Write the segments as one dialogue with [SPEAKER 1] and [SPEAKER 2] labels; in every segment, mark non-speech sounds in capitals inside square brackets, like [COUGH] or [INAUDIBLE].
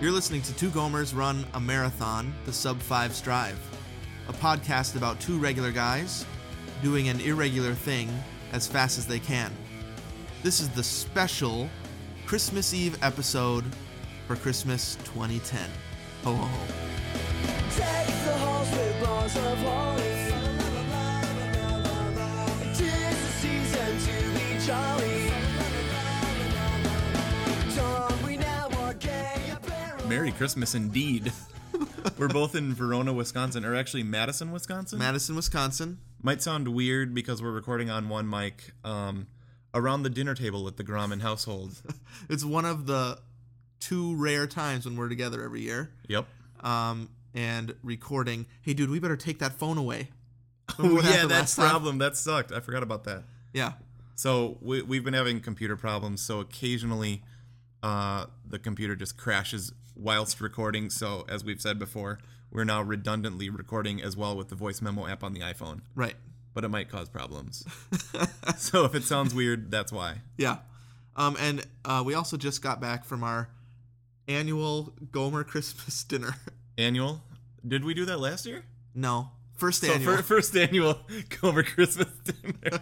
[SPEAKER 1] You're listening to Two Gomers Run a Marathon, the Sub 5 Strive, a podcast about two regular guys doing an irregular thing as fast as they can. This is the special Christmas Eve episode for Christmas 2010. Ho ho ho.
[SPEAKER 2] Deck the halls with bars of holly. Tis the season to be jolly. Dawn, we now are gay apparel.
[SPEAKER 3] Merry Christmas indeed. [LAUGHS] We're both in Verona, Wisconsin, or actually Madison, Wisconsin.
[SPEAKER 1] Madison, Wisconsin.
[SPEAKER 3] Might sound weird because we're recording on one mic um, around the dinner table at the Grauman household.
[SPEAKER 1] It's one of the two rare times when we're together every year
[SPEAKER 3] Yep.
[SPEAKER 1] um, and recording. Hey, dude, we better take that phone away. Remember
[SPEAKER 3] Oh,
[SPEAKER 1] what
[SPEAKER 3] yeah,
[SPEAKER 1] happened last
[SPEAKER 3] that's
[SPEAKER 1] time?
[SPEAKER 3] problem. That sucked. I forgot about that.
[SPEAKER 1] Yeah.
[SPEAKER 3] So we, we've been having computer problems. So occasionally, uh, the computer just crashes whilst recording. So as we've said before, we're now redundantly recording as well with the voice memo app on the iPhone.
[SPEAKER 1] Right.
[SPEAKER 3] But it might
[SPEAKER 1] [LAUGHS]
[SPEAKER 3] cause problems. so if it sounds weird, that's why.
[SPEAKER 1] Yeah. Um, and uh, we also just got back from our annual Gomer Christmas [LAUGHS] dinner.
[SPEAKER 3] annual. Did we do that last year?
[SPEAKER 1] no, first
[SPEAKER 3] So
[SPEAKER 1] annual. [LAUGHS]
[SPEAKER 3] fir- first annual [LAUGHS] Comer Christmas dinner.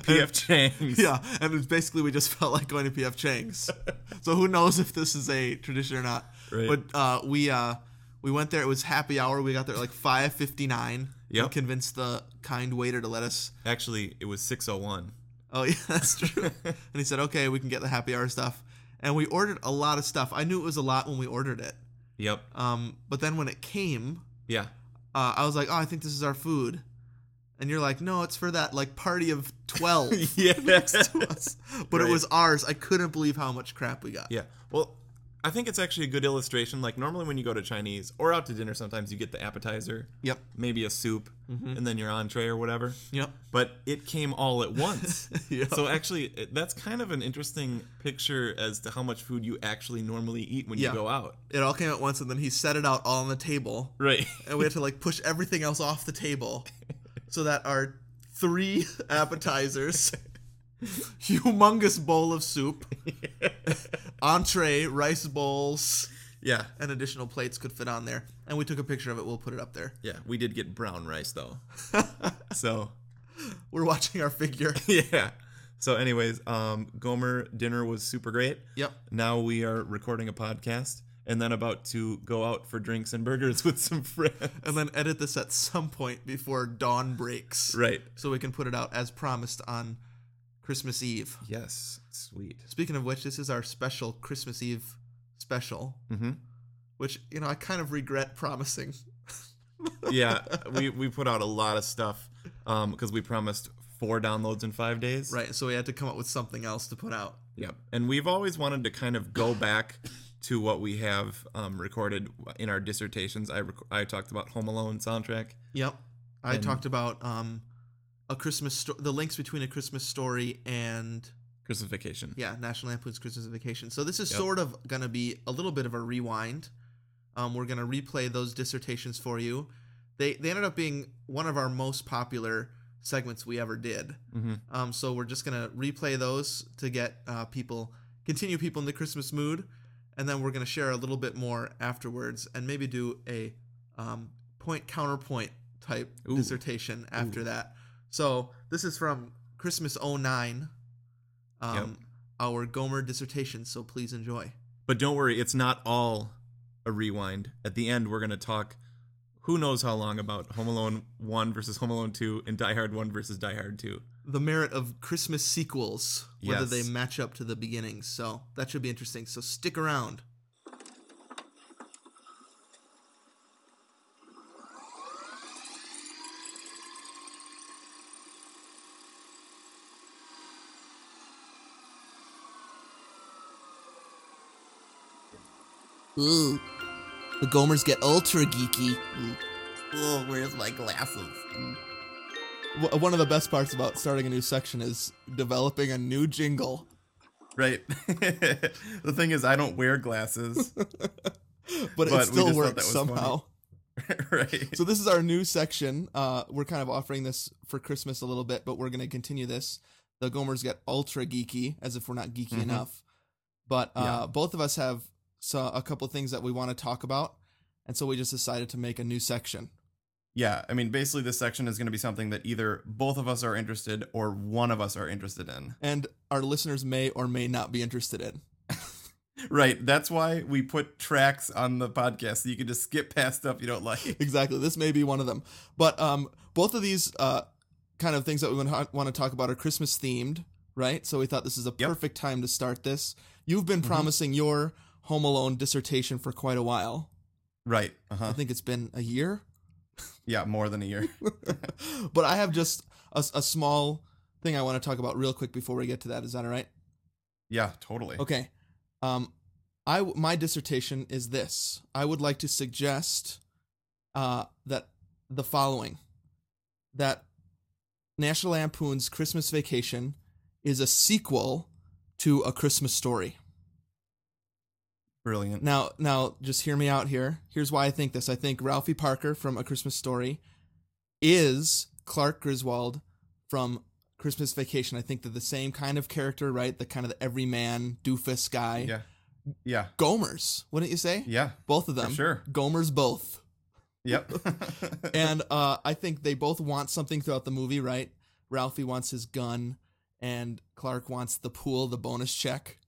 [SPEAKER 3] PF Chang's.
[SPEAKER 1] yeah, and it's basically we just [LAUGHS] felt like going to PF
[SPEAKER 3] [LAUGHS]
[SPEAKER 1] Chang's. so who knows if this is a tradition or not?
[SPEAKER 3] Right.
[SPEAKER 1] But uh, we uh, we went there. It was happy hour. We got there at like five fifty nine.
[SPEAKER 3] Yep.
[SPEAKER 1] Convinced the kind waiter to let us. [LAUGHS]
[SPEAKER 3] Actually, it was 601.
[SPEAKER 1] Oh yeah, that's true. and he said, "Okay, we can get the happy hour stuff." And we ordered a lot of stuff. I knew it was a lot when we ordered it.
[SPEAKER 3] [LAUGHS] Yep.
[SPEAKER 1] Um, but then when it came, [LAUGHS]
[SPEAKER 3] Yeah.
[SPEAKER 1] uh, I was like, "Oh, I think this is our food," and you're like, "No, it's for that like party of
[SPEAKER 3] [LAUGHS]
[SPEAKER 1] 12
[SPEAKER 3] Yeah.
[SPEAKER 1] to us." [LAUGHS] But
[SPEAKER 3] Right.
[SPEAKER 1] it was ours. I couldn't believe how much crap we got.
[SPEAKER 3] yeah. Well, I think it's actually a good illustration. Like normally when you go to Chinese or out to dinner, sometimes you get the appetizer,
[SPEAKER 1] Yep. Mm-hmm.
[SPEAKER 3] maybe a soup, and then your entree or whatever.
[SPEAKER 1] [LAUGHS] Yep. [LAUGHS]
[SPEAKER 3] But it came all at once.
[SPEAKER 1] Yeah.
[SPEAKER 3] So actually, it- that's kind of an interesting picture as to how much food you actually normally eat when
[SPEAKER 1] Yeah.
[SPEAKER 3] you go out.
[SPEAKER 1] It all came at once, and then he set it out all on the table,
[SPEAKER 3] [LAUGHS] Right.
[SPEAKER 1] and we had to like push everything else off the table, so that our three [LAUGHS] appetizers, [LAUGHS] humongous bowl of soup, entree, rice bowls,
[SPEAKER 3] yeah.
[SPEAKER 1] and additional plates could fit on there. And we took a picture of it. We'll put it up there.
[SPEAKER 3] Yeah, we did get brown rice [LAUGHS] though. so
[SPEAKER 1] We're watching our figure.
[SPEAKER 3] yeah. So anyways, um, Gomer dinner was super great.
[SPEAKER 1] Yep.
[SPEAKER 3] Now we are recording a podcast and then about to go out for drinks and burgers [LAUGHS] with some friends.
[SPEAKER 1] and then edit this at some point before dawn breaks
[SPEAKER 3] Right.
[SPEAKER 1] so we can put it out as promised on christmas eve
[SPEAKER 3] Yes. Sweet.
[SPEAKER 1] speaking of which this is our special christmas eve special
[SPEAKER 3] Mm-hmm.
[SPEAKER 1] which you know i kind of regret promising
[SPEAKER 3] Yeah, we we put out a lot of stuff um because we promised four downloads in five days.
[SPEAKER 1] right so we had to come up with something else to put out
[SPEAKER 3] Yep. And we've always wanted to kind of go back to what we have um, recorded in our dissertations. I rec- I talked about Home Alone soundtrack.
[SPEAKER 1] yep i
[SPEAKER 3] And-
[SPEAKER 1] talked about um a christmas sto- the links between a christmas story and
[SPEAKER 3] Crucifixion.
[SPEAKER 1] yeah national lampoon's christmas vacation so this is
[SPEAKER 3] Yep.
[SPEAKER 1] sort of going to be a little bit of a rewind um, we're going to replay those dissertations for you they they ended up being one of our most popular segments we ever did
[SPEAKER 3] Mm-hmm.
[SPEAKER 1] um, so we're just going to replay those to get uh, people continue people in the christmas mood and then we're going to share a little bit more afterwards and maybe do a um, point counterpoint type
[SPEAKER 3] Ooh.
[SPEAKER 1] dissertation after that so this is from christmas 09 um,
[SPEAKER 3] Yep.
[SPEAKER 1] our gomer dissertation so please enjoy
[SPEAKER 3] But don't worry, it's not all a rewind. At the end, we're going to talk who knows how long about Home Alone 1 versus Home Alone 2 and Die Hard 1 versus Die Hard 2.
[SPEAKER 1] the merit of christmas sequels whether
[SPEAKER 3] Yes.
[SPEAKER 1] they match up to the beginnings so that should be interesting so stick around Ooh. The Gomers get ultra geeky. Oh, where's my glasses? One of the best parts about starting a new section is developing a new jingle.
[SPEAKER 3] Right. [LAUGHS] the thing is, I don't wear glasses. [LAUGHS]
[SPEAKER 1] but
[SPEAKER 3] But we
[SPEAKER 1] it still
[SPEAKER 3] just thought
[SPEAKER 1] works
[SPEAKER 3] that was funny.
[SPEAKER 1] somehow.
[SPEAKER 3] [LAUGHS] right.
[SPEAKER 1] So this is our new section. Uh, we're kind of offering this for Christmas a little bit, but we're going to continue this. The Gomers get ultra geeky, as if we're not geeky enough. But uh,
[SPEAKER 3] Mm-hmm. Yeah.
[SPEAKER 1] both of us have so a couple things that we want to talk about, and so we just decided to make a new section.
[SPEAKER 3] Yeah, I mean, basically, this section is going to be something that either both of us are interested or one of us are interested in. [LAUGHS]
[SPEAKER 1] and our listeners may or may not be interested in.
[SPEAKER 3] Right. That's why we put tracks on the podcast so you can just skip past stuff you don't like.
[SPEAKER 1] [LAUGHS]
[SPEAKER 3] [LAUGHS]
[SPEAKER 1] Exactly. This may be one of them. But um, both of these uh, kind of things that we want to talk about are Christmas themed, right? So we thought this is a
[SPEAKER 3] Yep. Mm-hmm.
[SPEAKER 1] perfect time to start this. You've been promising your Home Alone dissertation for quite a while.
[SPEAKER 3] Right. Uh
[SPEAKER 1] I [LAUGHS]
[SPEAKER 3] huh.
[SPEAKER 1] think it's been a year, [LAUGHS]
[SPEAKER 3] Yeah, more than a year.
[SPEAKER 1] but I have just a, a small thing I want to talk about real quick before we get to that. Is that all right?
[SPEAKER 3] Yeah, totally.
[SPEAKER 1] Okay. Um, I w- my dissertation is this. I would like to suggest uh, that the following: that National Lampoon's Christmas Vacation is a sequel to A Christmas Story.
[SPEAKER 3] Brilliant.
[SPEAKER 1] Now, now, just hear me out here. Here's why I think this. I think Ralphie Parker from A Christmas Story is Clark Griswold from Christmas Vacation. I think they're the same kind of character, right? The kind of the everyman doofus guy.
[SPEAKER 3] Yeah. Yeah.
[SPEAKER 1] Gomers, wouldn't you say?
[SPEAKER 3] Yeah.
[SPEAKER 1] Both of them.
[SPEAKER 3] sure.
[SPEAKER 1] Gomers
[SPEAKER 3] [LAUGHS]
[SPEAKER 1] both. [LAUGHS]
[SPEAKER 3] Yep.
[SPEAKER 1] And uh, I think they both want something throughout the movie, right? Ralphie wants his gun and Clark wants the pool, the bonus check.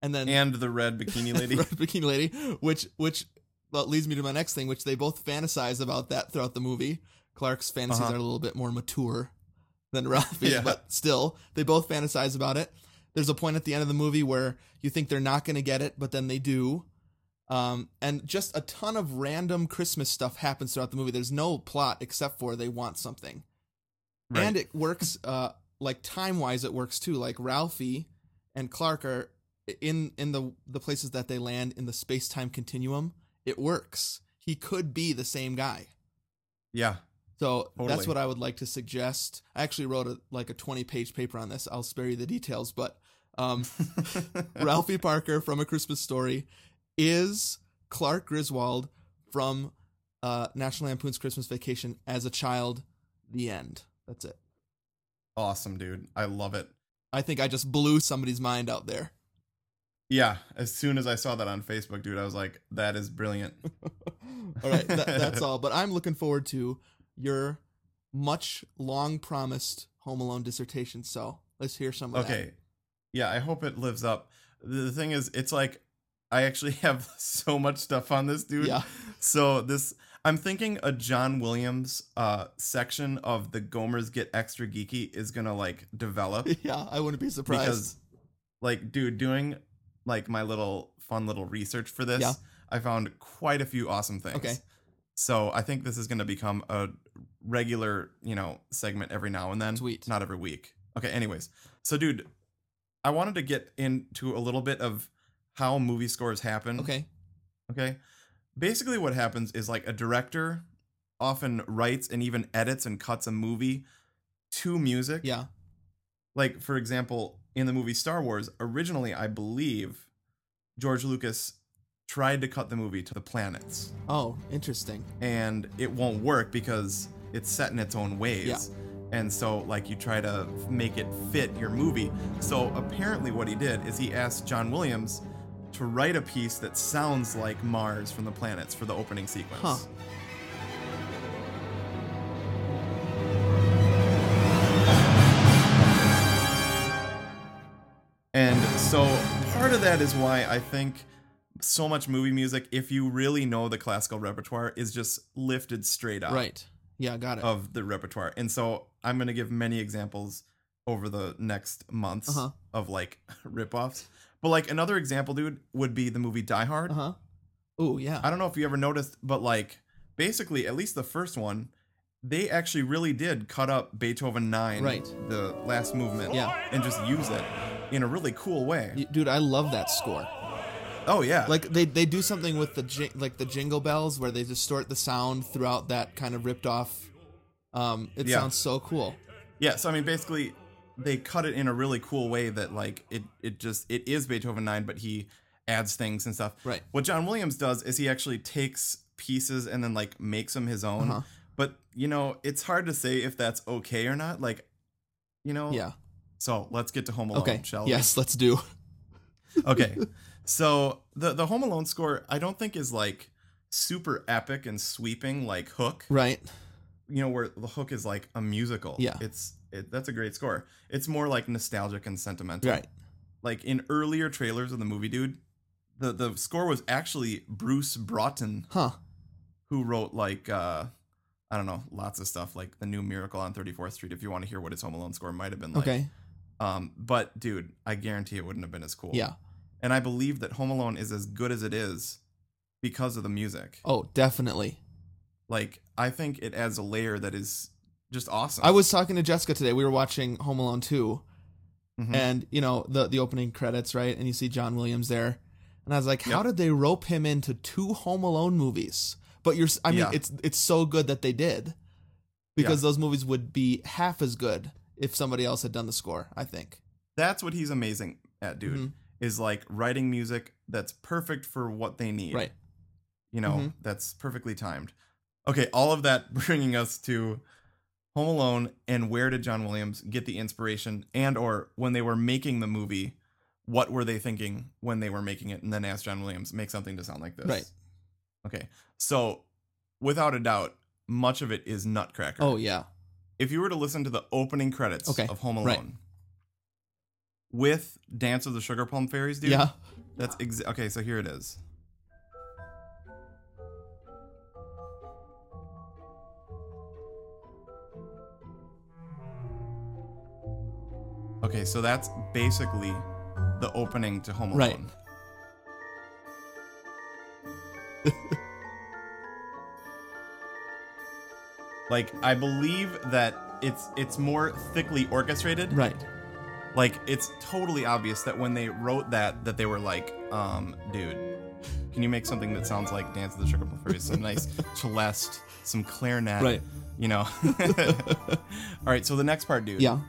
[SPEAKER 1] And then
[SPEAKER 3] and the red
[SPEAKER 1] [LAUGHS]
[SPEAKER 3] bikini lady.
[SPEAKER 1] Red Bikini Lady, which which well, leads me to my next thing, which they both fantasize about that throughout the movie. Clark's fantasies
[SPEAKER 3] Uh-huh.
[SPEAKER 1] are a little bit more mature than Ralphie's,
[SPEAKER 3] Yeah.
[SPEAKER 1] but still, they both fantasize about it. There's a point at the end of the movie where you think they're not going to get it, but then they do. Um, and just a ton of random Christmas stuff happens throughout the movie. There's no plot except for they want something
[SPEAKER 3] Right.
[SPEAKER 1] and it works uh like time wise it works too like ralphie and clark are in in the the places that they land in the space-time continuum it works he could be the same guy [LAUGHS]
[SPEAKER 3] yeah.
[SPEAKER 1] so that's
[SPEAKER 3] Totally.
[SPEAKER 1] what i would like to suggest i actually wrote a, like a 20 page paper on this i'll spare you the details but
[SPEAKER 3] [LAUGHS]
[SPEAKER 1] um ralphie parker from a christmas story is clark griswold from uh national lampoon's christmas vacation as a child the end that's it
[SPEAKER 3] awesome, dude. I love it.
[SPEAKER 1] I think I just blew somebody's mind out there. [LAUGHS]
[SPEAKER 3] Yeah. As soon as I saw that on Facebook, dude, I was like, that is brilliant.
[SPEAKER 1] all right, that, that's all. But I'm looking forward to your much long promised Home Alone dissertation. So let's hear some of
[SPEAKER 3] Okay. Yeah, I hope it lives up. The the thing is, it's like I actually [LAUGHS] have so much stuff on this
[SPEAKER 1] that.
[SPEAKER 3] dude.
[SPEAKER 1] Yeah. [LAUGHS]
[SPEAKER 3] So this I'm thinking a John Williams uh section of the Gomers Get Extra Geeky is gonna like develop.
[SPEAKER 1] [LAUGHS] Yeah. I wouldn't be surprised.
[SPEAKER 3] because like dude, doing like my little fun little research for this,
[SPEAKER 1] Yeah.
[SPEAKER 3] I found quite a few awesome things.
[SPEAKER 1] Okay.
[SPEAKER 3] So I think this is gonna become a regular, you know, segment every now and then.
[SPEAKER 1] Sweet.
[SPEAKER 3] Not every week. Okay, anyways. So dude, I wanted to get into a little bit of how movie scores happen.
[SPEAKER 1] okay.
[SPEAKER 3] Okay. Basically, what happens is like a director often writes and even edits and cuts a movie to music.
[SPEAKER 1] Yeah.
[SPEAKER 3] Like, for example, in the movie Star Wars, originally, I believe George Lucas tried to cut the movie to the planets,
[SPEAKER 1] Oh, interesting.
[SPEAKER 3] and it won't work because it's set in its own ways.
[SPEAKER 1] Yeah.
[SPEAKER 3] And so, like, you try to make it fit your movie. So, apparently, what he did is he asked John Williams to write a piece that sounds like Mars from the planets for the opening sequence.
[SPEAKER 1] Huh.
[SPEAKER 3] And so part of that is why I think so much movie music, if you really know the classical repertoire, is just lifted straight up
[SPEAKER 1] Right. Yeah. Got it.
[SPEAKER 3] of the repertoire. And so I'm going to give many examples over the next months
[SPEAKER 1] Uh-huh.
[SPEAKER 3] of like [LAUGHS] ripoffs. But like another example, dude, would be the movie Die Hard.
[SPEAKER 1] Uh huh. Oh, yeah.
[SPEAKER 3] I don't know if you ever noticed, but like basically, at least the first one, they actually really did cut up Beethoven 9,
[SPEAKER 1] Right.
[SPEAKER 3] the last movement,
[SPEAKER 1] Yeah.
[SPEAKER 3] and just use it in a really cool way.
[SPEAKER 1] Y- Dude, I love that score.
[SPEAKER 3] Oh, yeah.
[SPEAKER 1] Like they, they do something with the jing- like the jingle bells where they distort the sound throughout that kind of ripped off. Um, it
[SPEAKER 3] Yeah.
[SPEAKER 1] sounds so cool.
[SPEAKER 3] Yeah, so I mean basically they cut it in a really cool way that like it it just it is Beethoven 9 but he adds things and stuff.
[SPEAKER 1] Right.
[SPEAKER 3] What John Williams does is he actually takes pieces and then like makes them his own.
[SPEAKER 1] Uh-huh.
[SPEAKER 3] But you know, it's hard to say if that's okay or not. Like you know.
[SPEAKER 1] Yeah.
[SPEAKER 3] So, let's get to Home Alone,
[SPEAKER 1] Okay. [LAUGHS]
[SPEAKER 3] shall we?
[SPEAKER 1] Yes, let's do.
[SPEAKER 3] okay. So the the Home Alone score I don't think is like super epic and sweeping like Hook.
[SPEAKER 1] Right.
[SPEAKER 3] You know where the Hook is like a musical.
[SPEAKER 1] Yeah.
[SPEAKER 3] It's it, that's a great score. It's more like nostalgic and sentimental.
[SPEAKER 1] Right.
[SPEAKER 3] Like in earlier trailers of the movie, dude, the the score was actually Bruce Broughton
[SPEAKER 1] Huh.
[SPEAKER 3] who wrote like uh I don't know, lots of stuff like the new Miracle on 34th Street. If you want to hear what his Home Alone score might have been like,
[SPEAKER 1] Okay.
[SPEAKER 3] um, but dude, I guarantee it wouldn't have been as cool.
[SPEAKER 1] Yeah.
[SPEAKER 3] and I believe that Home Alone is as good as it is because of the music.
[SPEAKER 1] Oh, definitely.
[SPEAKER 3] Like I think it adds a layer that is just awesome.
[SPEAKER 1] I was talking to Jessica today. We were watching Home Alone 2
[SPEAKER 3] Mhm.
[SPEAKER 1] and you know the the opening credits, right? And you see John Williams there, and I was like, how
[SPEAKER 3] Yep.
[SPEAKER 1] did they rope him into two Home Alone movies? But you're, s- I mean,
[SPEAKER 3] Yeah.
[SPEAKER 1] it's it's so good that they did, because those movies would be half as good if somebody else had done the score. I think.
[SPEAKER 3] That's what he's amazing at, dude.
[SPEAKER 1] Mhm.
[SPEAKER 3] Is like writing music that's perfect for what they need.
[SPEAKER 1] Right.
[SPEAKER 3] You know,
[SPEAKER 1] Mhm.
[SPEAKER 3] that's perfectly timed. Okay, all of that [LAUGHS] bringing us to Home Alone and where did John Williams get the inspiration and or when they were making the movie, what were they thinking when they were making it and then asked John Williams make something to sound like this.
[SPEAKER 1] Right.
[SPEAKER 3] Okay. So, without a doubt, much of it is Nutcracker.
[SPEAKER 1] Oh yeah.
[SPEAKER 3] If you were to listen to the opening credits
[SPEAKER 1] Okay,
[SPEAKER 3] of Home Alone
[SPEAKER 1] right.
[SPEAKER 3] with Dance of the Sugar Plum Fairies, dude.
[SPEAKER 1] Yeah.
[SPEAKER 3] That's exa- okay. So here it is. Okay, so that's basically the opening to Home Alone.
[SPEAKER 1] Right. [LAUGHS]
[SPEAKER 3] like I believe that it's it's more thickly orchestrated
[SPEAKER 1] Right.
[SPEAKER 3] like it's totally obvious that when they wrote that that they were like um dude can you make something that sounds like dance of the sugar plum
[SPEAKER 1] [LAUGHS]
[SPEAKER 3] fairies some nice celeste some clarinet
[SPEAKER 1] Right. [LAUGHS]
[SPEAKER 3] you know all right so the next part dude
[SPEAKER 1] Yeah.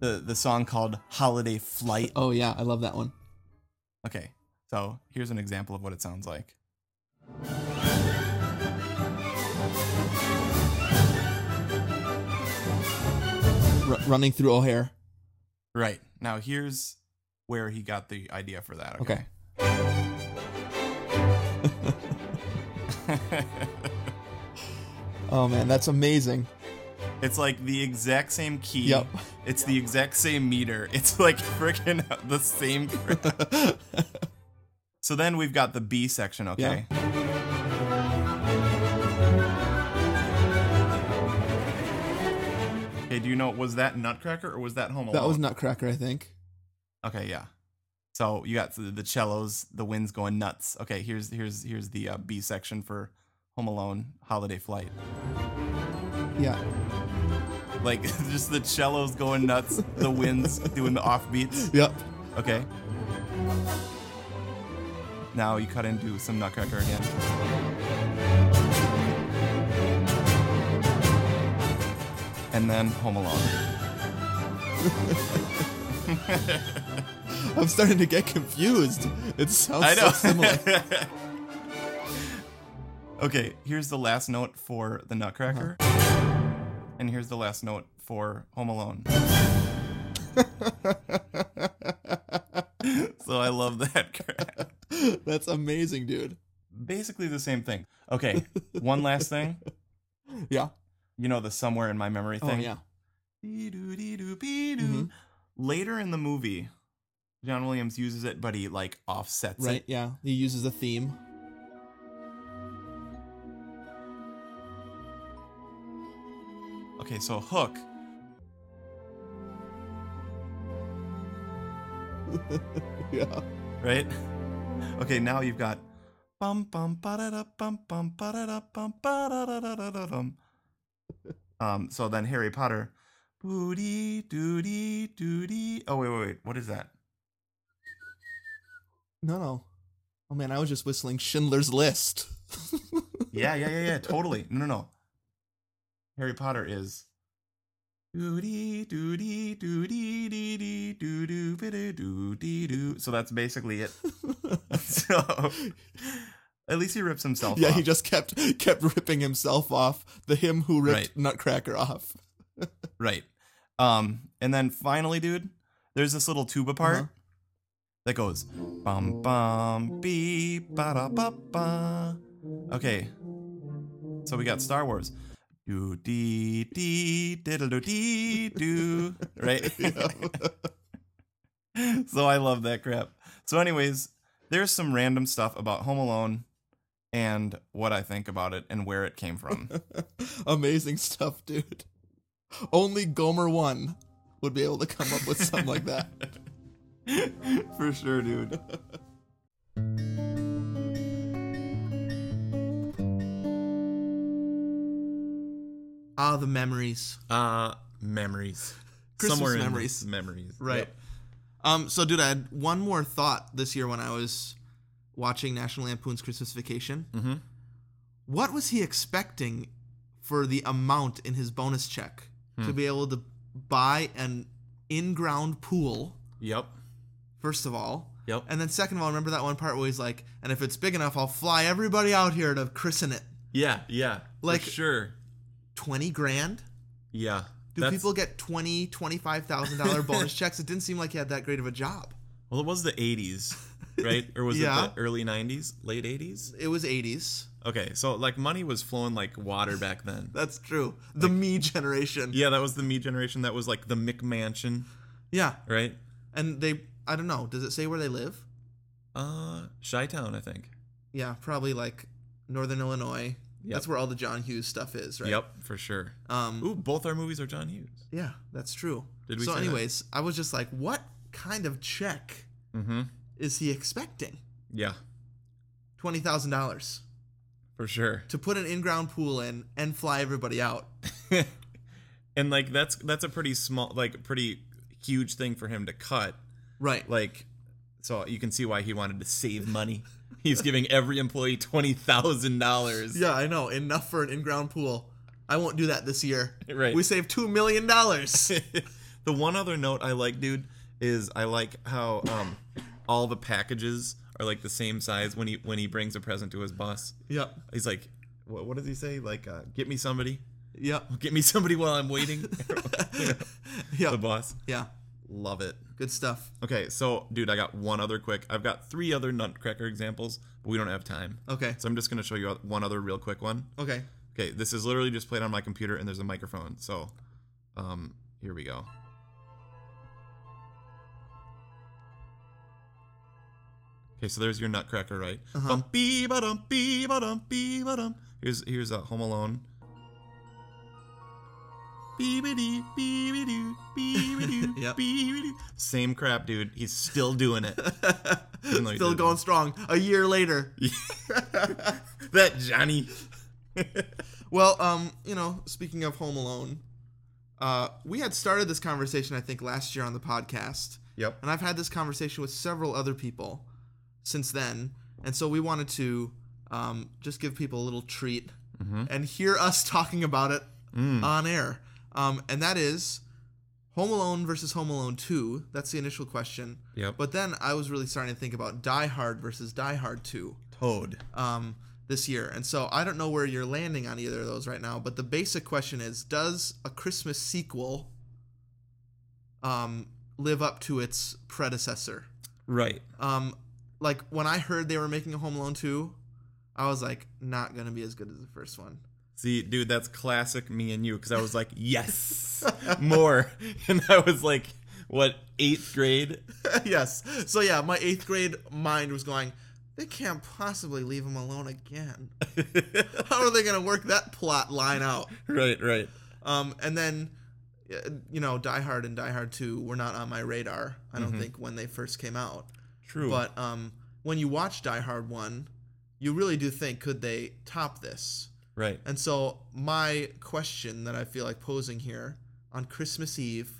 [SPEAKER 3] the the song called holiday flight
[SPEAKER 1] Oh yeah. I love that one.
[SPEAKER 3] okay so here's an example of what it sounds like
[SPEAKER 1] R- running through O'Hare.
[SPEAKER 3] right now here's where he got the idea for that okay. [LAUGHS]
[SPEAKER 1] Okay. Oh man, that's amazing.
[SPEAKER 3] It's like the exact same key.
[SPEAKER 1] Yep.
[SPEAKER 3] It's the exact same meter. [LAUGHS] It's like freaking [LAUGHS] the same. crap.
[SPEAKER 1] [LAUGHS]
[SPEAKER 3] so then we've got the B section, okay? Okay, do you know was that Nutcracker or was that Home Alone?
[SPEAKER 1] That was Nutcracker, I think.
[SPEAKER 3] Okay, yeah. So you got the, the cellos, the wind's going nuts. Okay, here's here's here's the uh, B section for Home Alone Holiday Flight.
[SPEAKER 1] Yeah.
[SPEAKER 3] Like [LAUGHS] just the cellos going nuts, the winds doing the offbeats.
[SPEAKER 1] Yep.
[SPEAKER 3] Okay. Now you cut into some Nutcracker again. And then Home Alone.
[SPEAKER 1] I'm starting to get confused. It sounds
[SPEAKER 3] I know. [LAUGHS]
[SPEAKER 1] so similar.
[SPEAKER 3] okay, here's the last note for the Nutcracker.
[SPEAKER 1] Uh-huh.
[SPEAKER 3] And here's the last note for Home Alone. [LAUGHS] so I love that crap.
[SPEAKER 1] [LAUGHS] [LAUGHS] That's amazing, dude.
[SPEAKER 3] Basically the same thing. Okay, one last thing.
[SPEAKER 1] Yeah.
[SPEAKER 3] You know the somewhere in my memory
[SPEAKER 1] Oh
[SPEAKER 3] thing?
[SPEAKER 1] yeah.
[SPEAKER 3] Dee-doo, dee-doo, dee-doo.
[SPEAKER 1] Mhm.
[SPEAKER 3] Later in the movie, John Williams uses it, but he like offsets
[SPEAKER 1] Right.
[SPEAKER 3] it.
[SPEAKER 1] Yeah. He uses a theme.
[SPEAKER 3] Okay, so Hook.
[SPEAKER 1] Yeah.
[SPEAKER 3] right? Okay, now you've got bum bum ba da da bum bum ba da da bum ba da da da da da dum. Um, so then Harry Potter, booty doody doody. Oh wait wait wait, what is that?
[SPEAKER 1] No, no. Oh man, I was just whistling Schindler's List. [LAUGHS]
[SPEAKER 3] Yeah yeah yeah yeah, totally. No no no. Harry Potter is. Doody doody doody dee dee doo doo biddy doo dee doo. So that's basically it. [LAUGHS] so at least he rips himself.
[SPEAKER 1] yeah,
[SPEAKER 3] off.
[SPEAKER 1] he just kept kept ripping himself off. The him who ripped
[SPEAKER 3] Right.
[SPEAKER 1] Nutcracker off. [LAUGHS]
[SPEAKER 3] Right. Um, and then finally, dude, there's this little tuba part.
[SPEAKER 1] Uh-huh.
[SPEAKER 3] that goes bum bum beep ba da ba ba. Okay, so we got Star Wars. Do dee dee diddle do
[SPEAKER 1] [LAUGHS]
[SPEAKER 3] dee do right. [LAUGHS] so I love that crap. So, anyways, there's some random stuff about Home Alone and what I think about it and where it came from.
[SPEAKER 1] Amazing stuff, dude. Only Gomer One would be able to come up with something like that.
[SPEAKER 3] [LAUGHS] For sure, dude.
[SPEAKER 1] Ah, the memories.
[SPEAKER 3] [LAUGHS] Uh memories.
[SPEAKER 1] Christmas
[SPEAKER 3] Somewhere in the
[SPEAKER 1] memories.
[SPEAKER 3] memories.
[SPEAKER 1] Right.
[SPEAKER 3] Yep.
[SPEAKER 1] Um, so, dude, I had one more thought this year when I was watching National Lampoon's Christmas Vacation.
[SPEAKER 3] Mhm.
[SPEAKER 1] What was he expecting for the amount in his bonus check
[SPEAKER 3] Hmm.
[SPEAKER 1] to be able to buy an in-ground pool?
[SPEAKER 3] Yep.
[SPEAKER 1] First of all,
[SPEAKER 3] Yep.
[SPEAKER 1] and then second of all, remember that one part where he's like, "And if it's big enough, I'll fly everybody out here to christen it."
[SPEAKER 3] yeah, yeah.
[SPEAKER 1] Like-
[SPEAKER 3] Like sure.
[SPEAKER 1] Twenty grand.
[SPEAKER 3] Yeah.
[SPEAKER 1] Do
[SPEAKER 3] That's-
[SPEAKER 1] people get twenty, twenty-five thousand dollar bonus [LAUGHS] checks? It didn't seem like he had that great of a job.
[SPEAKER 3] Well, it was
[SPEAKER 1] [LAUGHS]
[SPEAKER 3] the 80s, right? Or was
[SPEAKER 1] Yeah.
[SPEAKER 3] it the early 90s, late 80s?
[SPEAKER 1] It was eighties.
[SPEAKER 3] Okay, so like money was flowing like water back then.
[SPEAKER 1] That's true. The me generation.
[SPEAKER 3] Yeah, that was the me generation. That was like the McMansion,
[SPEAKER 1] Yeah.
[SPEAKER 3] right?
[SPEAKER 1] And they, I don't know. Does it say where they live?
[SPEAKER 3] Uh, Chi Town, I think.
[SPEAKER 1] Yeah, probably like Northern Illinois.
[SPEAKER 3] Yep.
[SPEAKER 1] That's where all the John Hughes stuff is, right?
[SPEAKER 3] Yep, for sure.
[SPEAKER 1] Um,
[SPEAKER 3] Ooh, both our movies are John Hughes.
[SPEAKER 1] Yeah, that's true.
[SPEAKER 3] Did we
[SPEAKER 1] so,
[SPEAKER 3] say that?
[SPEAKER 1] anyways, I was just like, what kind of check
[SPEAKER 3] Mm-hmm.
[SPEAKER 1] is he expecting?
[SPEAKER 3] Yeah,
[SPEAKER 1] Twenty thousand dollars
[SPEAKER 3] for sure.
[SPEAKER 1] to put an in-ground pool in and fly everybody
[SPEAKER 3] [LAUGHS]
[SPEAKER 1] out.
[SPEAKER 3] and like that's that's a pretty small, like pretty huge thing for him to cut.
[SPEAKER 1] Right.
[SPEAKER 3] Like, so you can see why he wanted to save money. He's giving every employee twenty thousand dollars. [LAUGHS]
[SPEAKER 1] Yeah, I know. Enough for an in-ground pool. I won't do that this year.
[SPEAKER 3] [LAUGHS] Right.
[SPEAKER 1] We saved two million dollars.
[SPEAKER 3] [LAUGHS] the one other note I like, dude, is I like how um all the packages are like the same size when he when he brings a present to his boss.
[SPEAKER 1] yep.
[SPEAKER 3] He's like, what, what does he say? Like, uh, get me somebody,
[SPEAKER 1] Yep.
[SPEAKER 3] get me somebody while I'm waiting. [LAUGHS] the
[SPEAKER 1] Yep.
[SPEAKER 3] boss,
[SPEAKER 1] [LAUGHS] Yeah.
[SPEAKER 3] love it.
[SPEAKER 1] Good stuff.
[SPEAKER 3] Okay, so dude, I got one other quick. I've got three other nutcracker examples, but we don't have time.
[SPEAKER 1] Okay.
[SPEAKER 3] So I'm just gonna show you one other real quick one.
[SPEAKER 1] Okay.
[SPEAKER 3] Okay, this is literally just played on my computer, and there's a microphone. So, um, here we go. Okay, so there's your Nutcracker, right?
[SPEAKER 1] Uh-huh.
[SPEAKER 3] Bum bee ba dum bee ba dum bee ba dum. Here's here's uh, Home Alone. Bee ba dee bee ba doo bee ba doo
[SPEAKER 1] [LAUGHS] Yep.
[SPEAKER 3] bee ba doo. Same crap, dude. He's still
[SPEAKER 1] [LAUGHS]
[SPEAKER 3] doing it. [LAUGHS] Even though he
[SPEAKER 1] Still
[SPEAKER 3] did-
[SPEAKER 1] going strong. A year later.
[SPEAKER 3] [LAUGHS] That Johnny.
[SPEAKER 1] [LAUGHS] Well, um, you know, speaking of Home Alone, uh, we had started this conversation I think last year on the podcast,
[SPEAKER 3] Yep.
[SPEAKER 1] and I've had this conversation with several other people since then, and so we wanted to um, just give people a little treat
[SPEAKER 3] Mm-hmm.
[SPEAKER 1] and hear [LAUGHS] us talking about it
[SPEAKER 3] Mm.
[SPEAKER 1] on air, um, and that is Home Alone versus Home Alone Two. That's the initial question.
[SPEAKER 3] Yep.
[SPEAKER 1] But then I was really starting to think about Die Hard versus Die Hard Two
[SPEAKER 3] Toad.
[SPEAKER 1] um, this year. And so I don't know where you're landing on either of those right now, but the basic question is Does a Christmas sequel um, live up to its predecessor?
[SPEAKER 3] Right.
[SPEAKER 1] Um, like when I heard they were making a Home Alone 2, I was like, not going to be as good as the first one. [LAUGHS]
[SPEAKER 3] See, dude, that's classic me and you because I was like, yes, more. [LAUGHS] And I was like, what, eighth grade? [LAUGHS]
[SPEAKER 1] yes. So yeah, my eighth grade mind was going, they can't possibly leave him alone again. How are they going to work that plot line out?
[SPEAKER 3] Right, right.
[SPEAKER 1] Um, and then, uh, you know, Die Hard and Die Hard Two were not on my radar. I don't think when they first came out.
[SPEAKER 3] True.
[SPEAKER 1] But um, when you watch Die Hard One, you really do think could they top this?
[SPEAKER 3] right.
[SPEAKER 1] And so my question that I feel like posing here on Christmas Eve,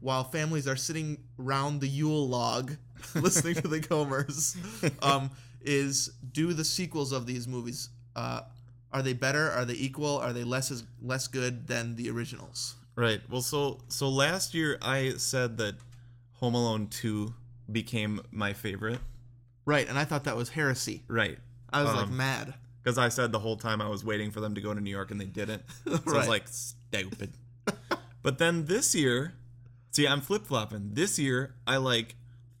[SPEAKER 1] while families are sitting round the Yule log, [LAUGHS] listening to the Comers, um, is do the sequels of these movies uh, are they better? Are they equal? Are they less as, less good than the originals?
[SPEAKER 3] Right. Well, so so last year I said that Home Alone 2 became my favorite.
[SPEAKER 1] Right, and I thought that was heresy.
[SPEAKER 3] Right.
[SPEAKER 1] I was like
[SPEAKER 3] Um,
[SPEAKER 1] mad.
[SPEAKER 3] Because I said the whole time I was waiting for them to go to New York and they didn't. So I
[SPEAKER 1] Right.
[SPEAKER 3] was like, stupid. but then this year, see, I'm flip flopping. This year, I like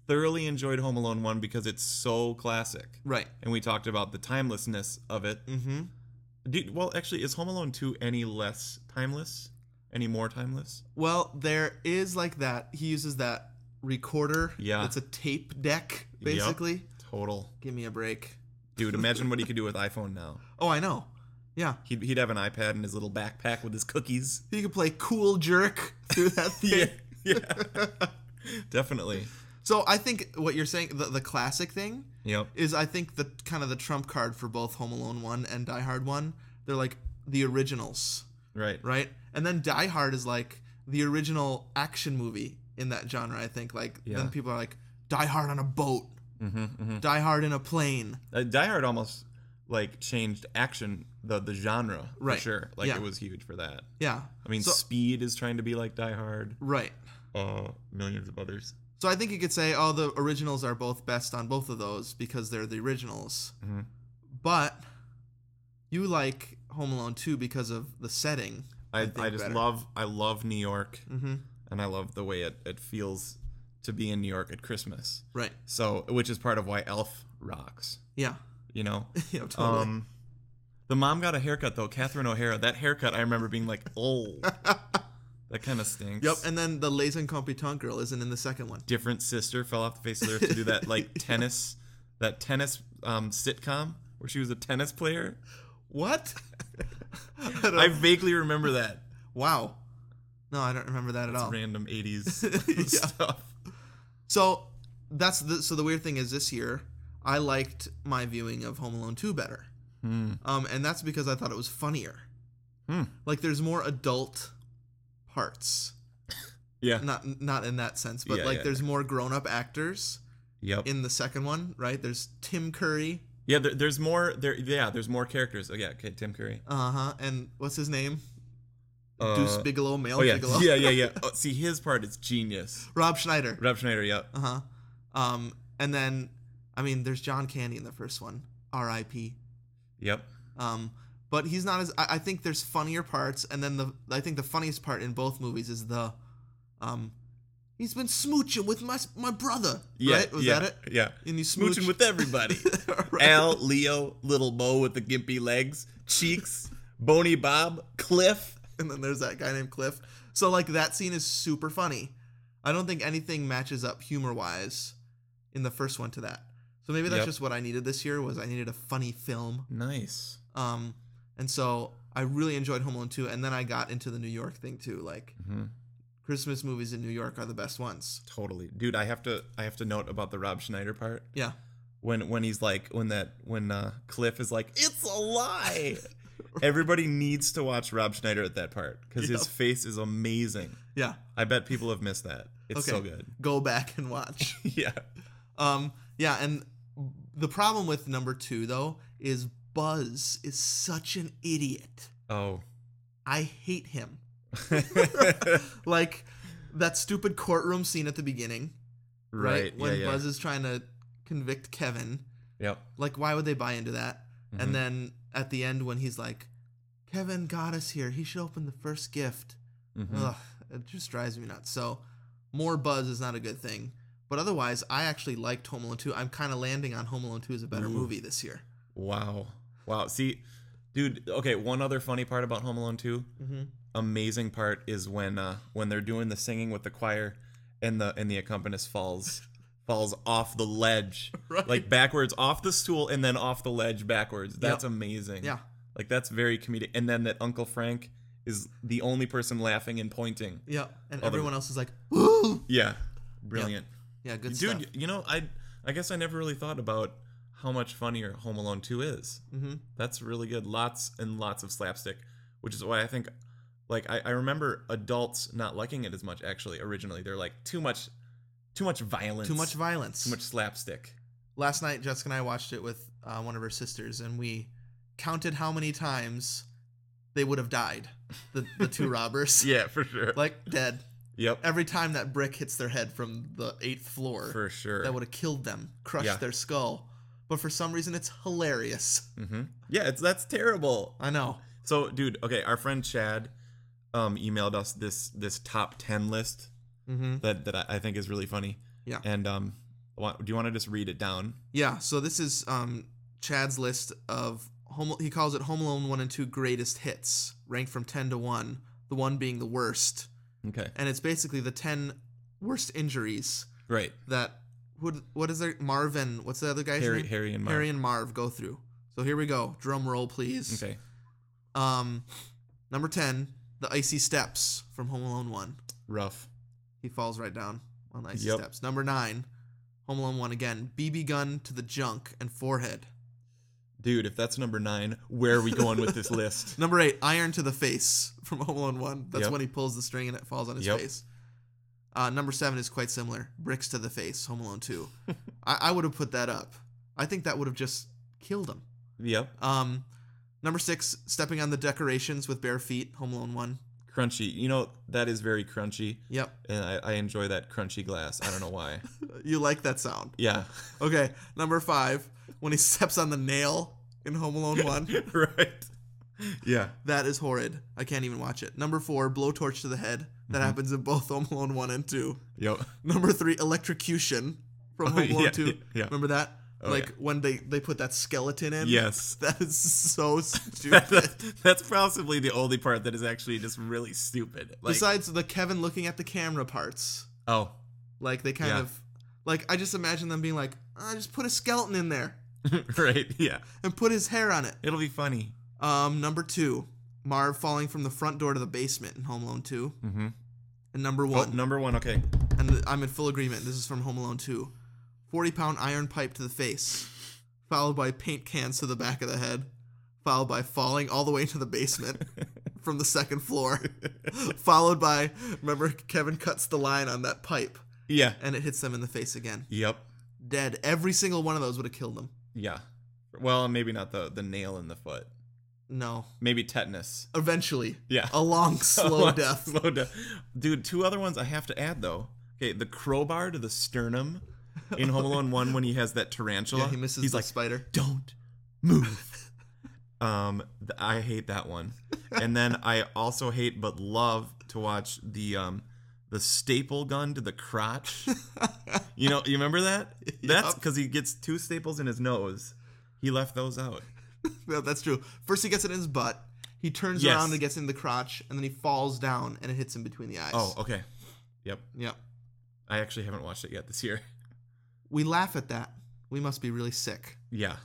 [SPEAKER 3] thoroughly enjoyed Home Alone 1 because it's so classic.
[SPEAKER 1] Right.
[SPEAKER 3] And we talked about the timelessness of it.
[SPEAKER 1] Mm-hmm.
[SPEAKER 3] Do, well, actually, is Home Alone 2 any less timeless? Any more timeless?
[SPEAKER 1] Well, there is like that. He uses that recorder.
[SPEAKER 3] Yeah.
[SPEAKER 1] It's a tape deck,
[SPEAKER 3] Yep.
[SPEAKER 1] basically.
[SPEAKER 3] Total.
[SPEAKER 1] Give me a break.
[SPEAKER 3] Dude, imagine what he could do with iPhone now.
[SPEAKER 1] Oh, I know. Yeah.
[SPEAKER 3] He'd, he'd have an iPad in his little backpack with his cookies.
[SPEAKER 1] He could play cool jerk [LAUGHS] through that thing.
[SPEAKER 3] [LAUGHS] yeah. Definitely.
[SPEAKER 1] So I think what you're saying, the, the classic thing,
[SPEAKER 3] Yep.
[SPEAKER 1] is I think the kind of the trump card for both Home Alone 1 and Die Hard 1. They're like the originals,
[SPEAKER 3] Right.
[SPEAKER 1] right? And then Die Hard is like the original action movie in that genre, I think. Like,
[SPEAKER 3] Yeah.
[SPEAKER 1] then people are like, Die Hard on a boat,
[SPEAKER 3] Mm-hmm, mm-hmm.
[SPEAKER 1] Die Hard in a plane.
[SPEAKER 3] Uh, Die Hard almost like changed action the the genre
[SPEAKER 1] Right.
[SPEAKER 3] for sure. Like
[SPEAKER 1] Yeah.
[SPEAKER 3] it was huge for that.
[SPEAKER 1] Yeah.
[SPEAKER 3] I mean,
[SPEAKER 1] So-
[SPEAKER 3] Speed is trying to be like Die Hard.
[SPEAKER 1] Right.
[SPEAKER 3] Uh, millions of others.
[SPEAKER 1] So I think you could say, oh, the originals are both best on both of those because they're the originals.
[SPEAKER 3] Mhm.
[SPEAKER 1] But you like Home Alone 2 because of the setting.
[SPEAKER 3] I,
[SPEAKER 1] think
[SPEAKER 3] I, just
[SPEAKER 1] better.
[SPEAKER 3] love I love New York,
[SPEAKER 1] hmm
[SPEAKER 3] and I love the way it, it feels to be in New York at Christmas.
[SPEAKER 1] Right.
[SPEAKER 3] So, which is part of why Elf rocks.
[SPEAKER 1] Yeah. [LAUGHS]
[SPEAKER 3] You know.
[SPEAKER 1] yeah, totally.
[SPEAKER 3] Um, the mom got a haircut though, Catherine O'Hara. That haircut, I remember being like,
[SPEAKER 1] [LAUGHS]
[SPEAKER 3] oh, that kind of stinks.
[SPEAKER 1] yep. And then the Les Incompetent girl isn't in the second one.
[SPEAKER 3] different sister fell off the face of the earth to
[SPEAKER 1] [LAUGHS]
[SPEAKER 3] do that like tennis that tennis um, sitcom where she was a tennis player.
[SPEAKER 1] What? [LAUGHS] I don't-
[SPEAKER 3] [LAUGHS] I vaguely remember that
[SPEAKER 1] wow. No, I don't remember that at all.
[SPEAKER 3] random [LAUGHS] 80s
[SPEAKER 1] Oh. [LAUGHS] Yeah.
[SPEAKER 3] stuff.
[SPEAKER 1] So that's the so the weird thing is this year I liked my viewing of Home Alone 2 better.
[SPEAKER 3] Hmm.
[SPEAKER 1] Um, and that's because I thought it was funnier.
[SPEAKER 3] Hmm.
[SPEAKER 1] Like there's more adult parts.
[SPEAKER 3] Yeah.
[SPEAKER 1] Not not in that sense, but
[SPEAKER 3] Yeah,
[SPEAKER 1] like
[SPEAKER 3] yeah.
[SPEAKER 1] there's more grown up actors
[SPEAKER 3] Yep.
[SPEAKER 1] in the second one, right? There's Tim Curry,
[SPEAKER 3] yeah, there, there's more there yeah, there's more characters. Oh yeah, okay, Tim Curry.
[SPEAKER 1] uh huh, and what's his name?
[SPEAKER 3] Uh,
[SPEAKER 1] Deuce Bigelow, Male
[SPEAKER 3] Oh yeah.
[SPEAKER 1] Bigelow,
[SPEAKER 3] [LAUGHS] Yeah,
[SPEAKER 1] [LAUGHS]
[SPEAKER 3] yeah, yeah. Oh, see his part is genius.
[SPEAKER 1] Rob Schneider,
[SPEAKER 3] Rob Schneider, yeah.
[SPEAKER 1] uh huh, um, and then I mean there's John Candy in the first one, R.I.P.
[SPEAKER 3] Yep.
[SPEAKER 1] Um, but he's not as. I, I think there's funnier parts, and then the I think the funniest part in both movies is the, um, he's been smooching with my my brother.
[SPEAKER 3] Yeah.
[SPEAKER 1] right? was
[SPEAKER 3] yeah,
[SPEAKER 1] that it?
[SPEAKER 3] Yeah.
[SPEAKER 1] And you smooch
[SPEAKER 3] Smooching with everybody.
[SPEAKER 1] [LAUGHS] Right.
[SPEAKER 3] Al, Leo, little Bo with the gimpy legs, cheeks, Bony Bob, Cliff.
[SPEAKER 1] and then there's that guy named Cliff. So like that scene is super funny. I don't think anything matches up humor wise in the first one to that. So maybe that's
[SPEAKER 3] Yep.
[SPEAKER 1] just what I needed this year was I needed a funny film.
[SPEAKER 3] Nice.
[SPEAKER 1] Um, and so I really enjoyed Home Alone 2 and then I got into the New York thing too. Like
[SPEAKER 3] Mhm.
[SPEAKER 1] Christmas movies in New York are the best ones.
[SPEAKER 3] Totally, dude. I have to. I have to note about the Rob Schneider part
[SPEAKER 1] Yeah.
[SPEAKER 3] when when he's like when that when uh, Cliff is like, it's a [LAUGHS] lie. Everybody needs to watch Rob Schneider at that part because his
[SPEAKER 1] Yep.
[SPEAKER 3] face is amazing.
[SPEAKER 1] Yeah.
[SPEAKER 3] I bet people have missed that. It's so good. [LAUGHS]
[SPEAKER 1] Go back and watch.
[SPEAKER 3] yeah.
[SPEAKER 1] um, yeah, and the problem with number two though is Buzz is such an idiot.
[SPEAKER 3] Oh. [LAUGHS]
[SPEAKER 1] I hate him. like that stupid courtroom scene at the beginning, right?
[SPEAKER 3] right.
[SPEAKER 1] when
[SPEAKER 3] yeah.
[SPEAKER 1] Buzz is trying to convict Kevin.
[SPEAKER 3] yeah. Yep.
[SPEAKER 1] Like, why would they buy into that?
[SPEAKER 3] Mhm.
[SPEAKER 1] And then at the end, when he's like, Kevin got us here. He should open the first gift.
[SPEAKER 3] Mhm.
[SPEAKER 1] Ugh, it just drives me nuts. So, more Buzz is not a good thing. But otherwise, I actually liked Home Alone 2. I'm kind of landing on Home Alone 2 is a better
[SPEAKER 3] Ooh.
[SPEAKER 1] movie this year.
[SPEAKER 3] Wow. Wow. See, dude. Okay. One other funny part about Home Alone Two.
[SPEAKER 1] [LAUGHS] Mhm.
[SPEAKER 3] Amazing part is when uh, when they're doing the singing with the choir, and the and the
[SPEAKER 1] [LAUGHS]
[SPEAKER 3] accompanist falls falls off the ledge,
[SPEAKER 1] Right.
[SPEAKER 3] like backwards off the stool and then off the ledge backwards. That's
[SPEAKER 1] Yep.
[SPEAKER 3] amazing.
[SPEAKER 1] Yeah.
[SPEAKER 3] Like that's very comedic. And then that Uncle Frank is the only person laughing and pointing.
[SPEAKER 1] Yeah. And
[SPEAKER 3] Other-
[SPEAKER 1] everyone else is like, [GASPS] woo!
[SPEAKER 3] Yeah. Brilliant.
[SPEAKER 1] Yeah, good
[SPEAKER 3] Dude,
[SPEAKER 1] stuff.
[SPEAKER 3] you know, I I guess I never really thought about how much funnier Home Alone 2 is.
[SPEAKER 1] Mhm.
[SPEAKER 3] That's really good. Lots and lots of slapstick, which is why I think like I, I remember adults not liking it as much actually originally. They're like too much too much violence.
[SPEAKER 1] Too much violence.
[SPEAKER 3] too much slapstick.
[SPEAKER 1] last night jessica and i watched it with uh, one of her sisters and we counted how many times they would have died the, the
[SPEAKER 3] [LAUGHS]
[SPEAKER 1] two robbers
[SPEAKER 3] Yeah, for sure.
[SPEAKER 1] like dead
[SPEAKER 3] yep.
[SPEAKER 1] every time that brick hits their head from the eighth floor
[SPEAKER 3] For sure.
[SPEAKER 1] that would have killed them crushed
[SPEAKER 3] Yeah.
[SPEAKER 1] their skull but for some reason it's hilarious [LAUGHS]
[SPEAKER 3] hmm Yeah, it's that's terrible.
[SPEAKER 1] i know
[SPEAKER 3] So, dude, okay, our friend Chad um, emailed us this this top ten list
[SPEAKER 1] mm-hmm.
[SPEAKER 3] that that I, I think is really funny.
[SPEAKER 1] Yeah.
[SPEAKER 3] And um, Wha- Do you want to just read it down?
[SPEAKER 1] Yeah, so this is um, Chad's list of home. He calls it Home Alone one and two greatest hits, ranked from ten to one. The one being the worst,
[SPEAKER 3] Okay.
[SPEAKER 1] and it's basically the ten worst injuries
[SPEAKER 3] Great.
[SPEAKER 1] that would what is their Marvin? What's the other guy's
[SPEAKER 3] Harry,
[SPEAKER 1] name?
[SPEAKER 3] Harry, and Marv.
[SPEAKER 1] Harry and Marv go through. So here we go. Drum roll, please.
[SPEAKER 3] Okay.
[SPEAKER 1] Um, number ten, the icy steps from Home Alone one.
[SPEAKER 3] Rough.
[SPEAKER 1] He falls right down on icy
[SPEAKER 3] Yep.
[SPEAKER 1] steps. Number nine, Home Alone one again. BB gun to the junk and forehead.
[SPEAKER 3] Dude, if that's number nine, where are we going with this [LAUGHS] list?
[SPEAKER 1] Number eight, iron to the face [LAUGHS] from Home Alone One. That's
[SPEAKER 3] Yep.
[SPEAKER 1] when he pulls the string and it falls on his
[SPEAKER 3] Yep.
[SPEAKER 1] face. Uh, number seven is quite similar. Bricks to the face, Home Alone
[SPEAKER 3] [LAUGHS]
[SPEAKER 1] Two. I, I would have put that up. I think that would have just killed him.
[SPEAKER 3] Yep.
[SPEAKER 1] Um, number six, stepping on the decorations with bare feet, Home Alone One.
[SPEAKER 3] Crunchy. You know, that is very crunchy.
[SPEAKER 1] Yep,
[SPEAKER 3] And I, I enjoy that crunchy glass. I don't know why.
[SPEAKER 1] you like that sound.
[SPEAKER 3] [LAUGHS] Yeah.
[SPEAKER 1] Okay, number five, when he [LAUGHS] steps on the nail in Home Alone One.
[SPEAKER 3] [LAUGHS] right. Yeah.
[SPEAKER 1] That is horrid. I can't even watch it. Number four, blowtorch to the head. That
[SPEAKER 3] Mm-hmm.
[SPEAKER 1] happens in both [LAUGHS] Home Alone One and Two.
[SPEAKER 3] Yep.
[SPEAKER 1] Number three, electrocution from
[SPEAKER 3] Oh,
[SPEAKER 1] Home Alone
[SPEAKER 3] yeah,
[SPEAKER 1] 2.
[SPEAKER 3] yeah.
[SPEAKER 1] Remember that?
[SPEAKER 3] Oh,
[SPEAKER 1] like
[SPEAKER 3] yeah.
[SPEAKER 1] when they, they put that skeleton in?
[SPEAKER 3] Yes.
[SPEAKER 1] [LAUGHS] That is
[SPEAKER 3] [LAUGHS]
[SPEAKER 1] so stupid.
[SPEAKER 3] That- [LAUGHS] that's possibly the only part that is actually just really stupid. Like,
[SPEAKER 1] Besides the Kevin looking at the camera parts.
[SPEAKER 3] [LAUGHS] oh, [LAUGHS]
[SPEAKER 1] Like they kind
[SPEAKER 3] Yeah.
[SPEAKER 1] of like I just imagine them being like, I just put a skeleton in there
[SPEAKER 3] right. Yeah.
[SPEAKER 1] and put his hair on it.
[SPEAKER 3] It'll be funny.
[SPEAKER 1] Um, number two, Marv falling from the front door to the basement in Home Alone 2.
[SPEAKER 3] Mm-hmm.
[SPEAKER 1] And number
[SPEAKER 3] Oh,
[SPEAKER 1] one,
[SPEAKER 3] number one. Okay.
[SPEAKER 1] and I'm in full agreement. This is from Home Alone 2. 40 pound iron pipe to the face, followed by paint cans to the back of the head, followed by falling all the way into the
[SPEAKER 3] [LAUGHS]
[SPEAKER 1] basement from the second floor, [LAUGHS] followed by, remember, Kevin cuts the line on that pipe
[SPEAKER 3] Yeah.
[SPEAKER 1] and it hits them in the face again.
[SPEAKER 3] Yep.
[SPEAKER 1] Dead. Every single one of those would have killed them.
[SPEAKER 3] Yeah. Well, maybe not the the nail in the foot.
[SPEAKER 1] No.
[SPEAKER 3] Maybe tetanus. Oh,
[SPEAKER 1] Eventually.
[SPEAKER 3] Yeah.
[SPEAKER 1] A
[SPEAKER 3] [LAUGHS]
[SPEAKER 1] long, slow death.
[SPEAKER 3] Slow death. Dude, two other ones I have to add though. Okay, the crowbar to the sternum in Home Alone One when he has that tarantula.
[SPEAKER 1] Yeah, he misses
[SPEAKER 3] He's
[SPEAKER 1] the
[SPEAKER 3] like,
[SPEAKER 1] spider.
[SPEAKER 3] don't move. um, th- I hate that one. And then I also hate but love to watch the um the staple gun to the crotch. you know, you
[SPEAKER 1] [LAUGHS]
[SPEAKER 3] remember that? That's
[SPEAKER 1] Yup.
[SPEAKER 3] because he gets two staples in his nose. He left those out.
[SPEAKER 1] Yeah, that's true. First, he gets it in his butt. He turns
[SPEAKER 3] Yes.
[SPEAKER 1] around and gets in the crotch, and then he falls down and it hits him between the eyes.
[SPEAKER 3] Oh, okay. Yep.
[SPEAKER 1] Yep.
[SPEAKER 3] I actually haven't watched it yet this year. [LAUGHS]
[SPEAKER 1] We laugh at that. We must be really sick.
[SPEAKER 3] Yeah.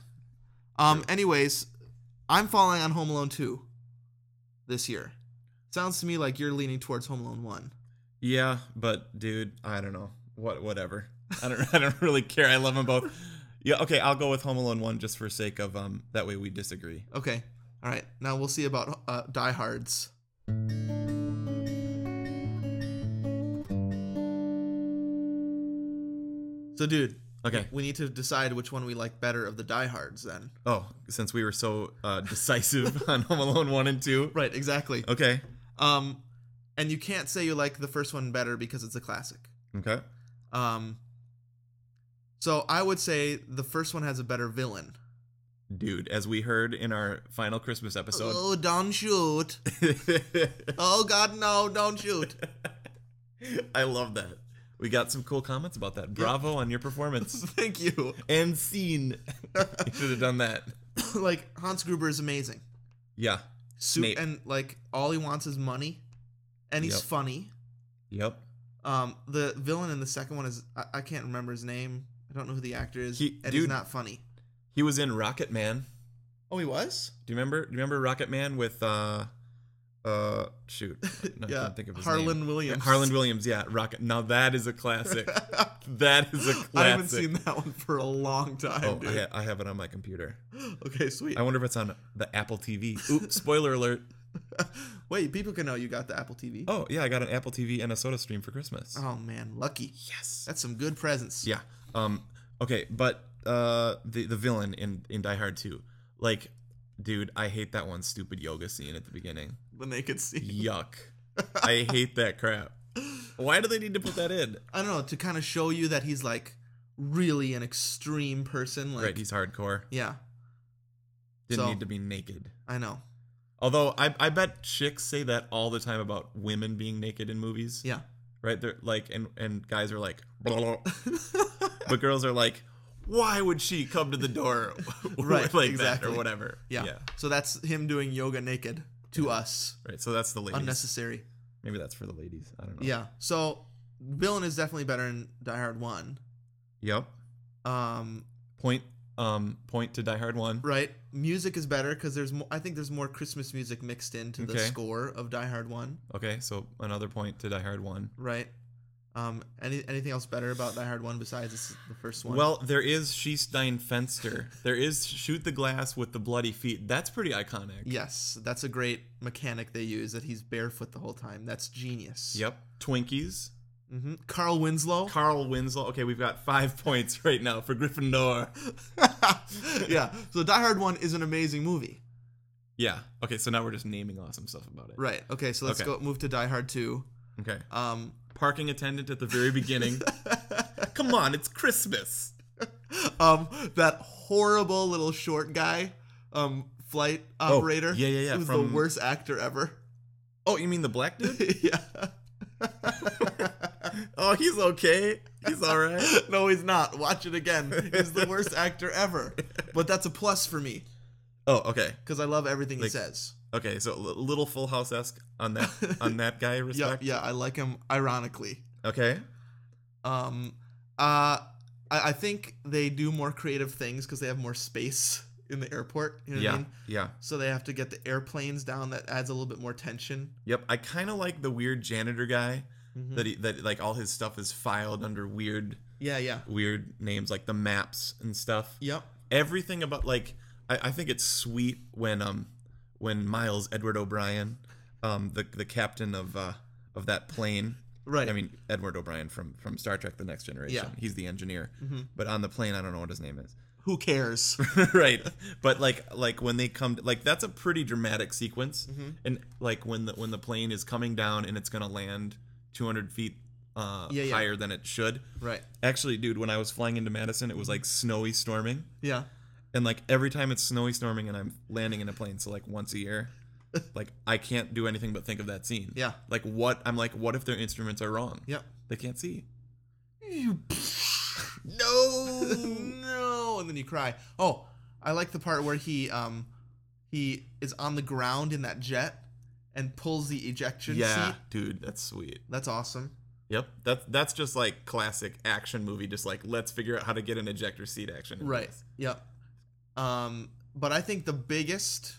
[SPEAKER 1] Um. Anyways, I'm falling on Home Alone 2 this year. Sounds to me like you're leaning towards Home Alone 1.
[SPEAKER 3] Yeah, but dude, I don't know. What whatever. I don't [LAUGHS] I don't really care. I love them both. Yeah, okay, I'll go with Home Alone 1 just for sake of um that way we disagree.
[SPEAKER 1] Okay. All right. Now we'll see about uh, Die Hards. So, dude,
[SPEAKER 3] Okay.
[SPEAKER 1] we need to decide which one we like better of the Die Hards then.
[SPEAKER 3] Oh, since we were so uh [LAUGHS] decisive on Home Alone 1 and 2.
[SPEAKER 1] Right, exactly.
[SPEAKER 3] Okay.
[SPEAKER 1] Um, and you can't say you like the first one better because it's a classic.
[SPEAKER 3] Okay.
[SPEAKER 1] Um, so I would say the first one has a better villain.
[SPEAKER 3] Dude, as we heard in our final Christmas episode.
[SPEAKER 1] oh, don't shoot! Oh God, no, don't shoot!
[SPEAKER 3] [LAUGHS]
[SPEAKER 1] [LAUGHS]
[SPEAKER 3] I love that. We got some cool comments about that. Bravo on
[SPEAKER 1] [LAUGHS]
[SPEAKER 3] your performance.
[SPEAKER 1] Thank you.
[SPEAKER 3] and scene. [LAUGHS] you should have done that.
[SPEAKER 1] like Hans Gruber is amazing.
[SPEAKER 3] Yeah.
[SPEAKER 1] Su-
[SPEAKER 3] Snape.
[SPEAKER 1] and like all he wants is money, and he's
[SPEAKER 3] Yep.
[SPEAKER 1] funny.
[SPEAKER 3] Yep.
[SPEAKER 1] Um, the villain in the second one is I, I can't remember his name. I don't know who the actor is,
[SPEAKER 3] He-
[SPEAKER 1] and he's
[SPEAKER 3] dude.
[SPEAKER 1] not funny.
[SPEAKER 3] He was in Rocket Man.
[SPEAKER 1] Oh, he was.
[SPEAKER 3] Do you remember? Do you remember Rocket Man with uh, uh,
[SPEAKER 1] [LAUGHS]
[SPEAKER 3] shoot, no, I
[SPEAKER 1] yeah,
[SPEAKER 3] can't think of his
[SPEAKER 1] Harlan
[SPEAKER 3] name.
[SPEAKER 1] Williams.
[SPEAKER 3] Harlan Williams, yeah, Rocket. Now that is
[SPEAKER 1] [LAUGHS]
[SPEAKER 3] a classic. that is a classic.
[SPEAKER 1] I haven't seen that one for a long time,
[SPEAKER 3] Oh,
[SPEAKER 1] dude.
[SPEAKER 3] I, ha- I have it on my computer.
[SPEAKER 1] Okay, sweet.
[SPEAKER 3] I wonder if it's on the Apple TV. Oop, spoiler alert.
[SPEAKER 1] [LAUGHS] Wait, people can know you got the Apple TV.
[SPEAKER 3] Oh yeah, I got an Apple TV and a Soda Stream for Christmas.
[SPEAKER 1] Oh, man, lucky.
[SPEAKER 3] Yes.
[SPEAKER 1] That's some good presents.
[SPEAKER 3] Yeah. Um. Okay, but uh, the the villain in in Die Hard 2, like, dude, I hate that one stupid yoga scene at the beginning.
[SPEAKER 1] The naked scene. [LAUGHS]
[SPEAKER 3] Yuck. I hate that crap. Why do they need to put that in?
[SPEAKER 1] I don't know to kind of show you that he's like really an extreme person. Like,
[SPEAKER 3] right, he's hardcore.
[SPEAKER 1] yeah,
[SPEAKER 3] Didn't
[SPEAKER 1] so-
[SPEAKER 3] need to be naked.
[SPEAKER 1] I know.
[SPEAKER 3] Although I, I bet chicks say that all the time about women being naked in movies.
[SPEAKER 1] Yeah, [LAUGHS]
[SPEAKER 3] Right? They're like and and guys are like blah, blah. [LAUGHS] but girls are like, why would she come to the door [LAUGHS]
[SPEAKER 1] Right,
[SPEAKER 3] right, like
[SPEAKER 1] exactly.
[SPEAKER 3] that or whatever?
[SPEAKER 1] Yeah. So that's him doing yoga naked to us.
[SPEAKER 3] Right. So that's the ladies.
[SPEAKER 1] Unnecessary.
[SPEAKER 3] Maybe that's for the ladies. I don't know.
[SPEAKER 1] Yeah. So villain is definitely better in Die Hard 1.
[SPEAKER 3] Yep.
[SPEAKER 1] Um,
[SPEAKER 3] Point um point to Die Hard 1.
[SPEAKER 1] right? Music is better because there's mo- I think there's more Christmas music mixed into the
[SPEAKER 3] Okay.
[SPEAKER 1] score of Die Hard 1,
[SPEAKER 3] Okay, so another point to Die Hard 1.
[SPEAKER 1] right? Um, any, anything else better about Die Hard 1 besides this, the first one?
[SPEAKER 3] Well, there is Shestein Fenster. there is Shoot the Glass with the Bloody Feet. That's pretty iconic.
[SPEAKER 1] yes, that's a great mechanic they use that he's barefoot the whole time. That's genius.
[SPEAKER 3] Yep. Twinkies.
[SPEAKER 1] hmm Carl Winslow.
[SPEAKER 3] Carl Winslow. Okay, we've got five [LAUGHS] points right now
[SPEAKER 1] [LAUGHS]
[SPEAKER 3] for Gryffindor.
[SPEAKER 1] [LAUGHS]
[SPEAKER 3] [LAUGHS]
[SPEAKER 1] yeah. So Die Hard 1 is an amazing movie.
[SPEAKER 3] yeah. Okay, so now we're just naming awesome stuff about it.
[SPEAKER 1] Right. Okay, so let's
[SPEAKER 3] Okay.
[SPEAKER 1] go move to Die Hard 2.
[SPEAKER 3] Okay.
[SPEAKER 1] Um,
[SPEAKER 3] Parking attendant at the
[SPEAKER 1] [LAUGHS]
[SPEAKER 3] very beginning. Come on, it's Christmas.
[SPEAKER 1] um, that horrible little short guy, um, flight
[SPEAKER 3] Oh,
[SPEAKER 1] operator.
[SPEAKER 3] yeah, yeah, yeah,
[SPEAKER 1] Who's
[SPEAKER 3] from-
[SPEAKER 1] the worst actor ever. [LAUGHS]
[SPEAKER 3] Oh, you mean the black dude? [LAUGHS]
[SPEAKER 1] yeah.
[SPEAKER 3] oh, he's okay. He's
[SPEAKER 1] [LAUGHS]
[SPEAKER 3] all right.
[SPEAKER 1] No, he's not. Watch it again. He's the worst actor ever. But that's a plus for me
[SPEAKER 3] Oh, okay.
[SPEAKER 1] because I love everything
[SPEAKER 3] Like-
[SPEAKER 1] he says.
[SPEAKER 3] Okay, so a li- little Full House esque on that on that
[SPEAKER 1] [LAUGHS]
[SPEAKER 3] guy
[SPEAKER 1] Yeah,
[SPEAKER 3] respect.
[SPEAKER 1] yeah, I like him ironically.
[SPEAKER 3] Okay.
[SPEAKER 1] Um, uh, I, I think they do more creative things because they have more space in the airport. You know what I
[SPEAKER 3] Yeah.
[SPEAKER 1] mean?
[SPEAKER 3] Yeah.
[SPEAKER 1] So they have to get the airplanes down. That adds a little bit more tension.
[SPEAKER 3] Yep. I kind of like the weird janitor guy
[SPEAKER 1] Mhm.
[SPEAKER 3] that he that like all his stuff is filed under weird
[SPEAKER 1] Yeah, yeah,
[SPEAKER 3] weird names like the maps and stuff.
[SPEAKER 1] yep.
[SPEAKER 3] Everything about like I, I think it's sweet when um when Miles Edward O'Brien um the the captain of uh of that plane.
[SPEAKER 1] Right.
[SPEAKER 3] I mean Edward O'Brien from from Star Trek: The Next Generation.
[SPEAKER 1] Yeah. Mm-hmm.
[SPEAKER 3] He's the engineer. But on the plane, I don't know what his name is.
[SPEAKER 1] who
[SPEAKER 3] [LAUGHS]
[SPEAKER 1] cares?
[SPEAKER 3] right but like like when they come like that's a pretty dramatic sequence
[SPEAKER 1] Mm-hmm.
[SPEAKER 3] and like when the when the plane is coming down and it's gonna land 200 feet uh
[SPEAKER 1] Yeah, yeah.
[SPEAKER 3] higher than it should
[SPEAKER 1] right.
[SPEAKER 3] actually dude when i was flying into madison it was like snowy storming
[SPEAKER 1] Yeah.
[SPEAKER 3] and like every time it's snowy storming and i'm landing in a plane so like once a
[SPEAKER 1] [LAUGHS]
[SPEAKER 3] year like i can't do anything but think of that scene
[SPEAKER 1] Yeah.
[SPEAKER 3] like what i'm like what if their instruments are wrong
[SPEAKER 1] Yep.
[SPEAKER 3] they can't see
[SPEAKER 1] no, [LAUGHS] no, and then you cry. Oh, I like the part where he um he is on the ground in that jet and pulls the ejection
[SPEAKER 3] yeah
[SPEAKER 1] seat.
[SPEAKER 3] dude that's sweet
[SPEAKER 1] That's awesome.
[SPEAKER 3] Yep. That's that's just like classic action movie. Just like let's figure out how to get an ejector seat action. in
[SPEAKER 1] Right.
[SPEAKER 3] this.
[SPEAKER 1] Yep. Um, but I think the biggest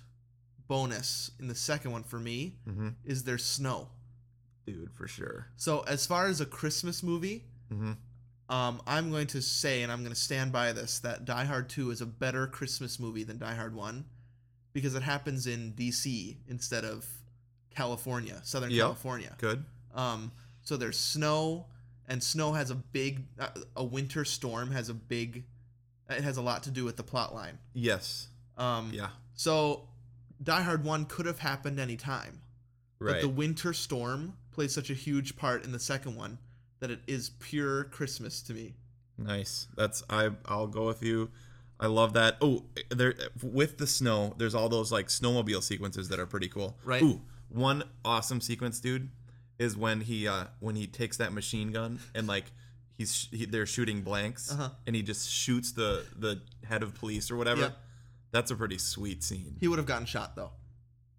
[SPEAKER 1] bonus in the second one for me
[SPEAKER 3] Mhm.
[SPEAKER 1] is there's snow.
[SPEAKER 3] dude, for sure.
[SPEAKER 1] So as far as a Christmas movie,
[SPEAKER 3] Mhm.
[SPEAKER 1] um, I'm going to say, and I'm going to stand by this, that Die Hard 2 is a better Christmas movie than Die Hard 1 because it happens in D.C. instead of California, Southern
[SPEAKER 3] Yeah.
[SPEAKER 1] California.
[SPEAKER 3] Good.
[SPEAKER 1] Um, so there's snow, and snow has a big, uh, a winter storm has a big, it has a lot to do with the plot line.
[SPEAKER 3] Yes.
[SPEAKER 1] Um,
[SPEAKER 3] Yeah.
[SPEAKER 1] So Die Hard 1 could have happened any time. But
[SPEAKER 3] Right.
[SPEAKER 1] the winter storm plays such a huge part in the second one that it is pure Christmas to me.
[SPEAKER 3] nice. That's I. I'll go with you. I love that. Oh, there with the snow. There's all those like snowmobile sequences that are pretty cool.
[SPEAKER 1] Right.
[SPEAKER 3] Ooh, one awesome sequence, dude, is when he uh when he takes that machine gun and like. He's sh- he, they're shooting blanks,
[SPEAKER 1] Uh-huh.
[SPEAKER 3] and he just shoots the the head of police or whatever.
[SPEAKER 1] Yep.
[SPEAKER 3] That's a pretty sweet scene.
[SPEAKER 1] He would have gotten shot though.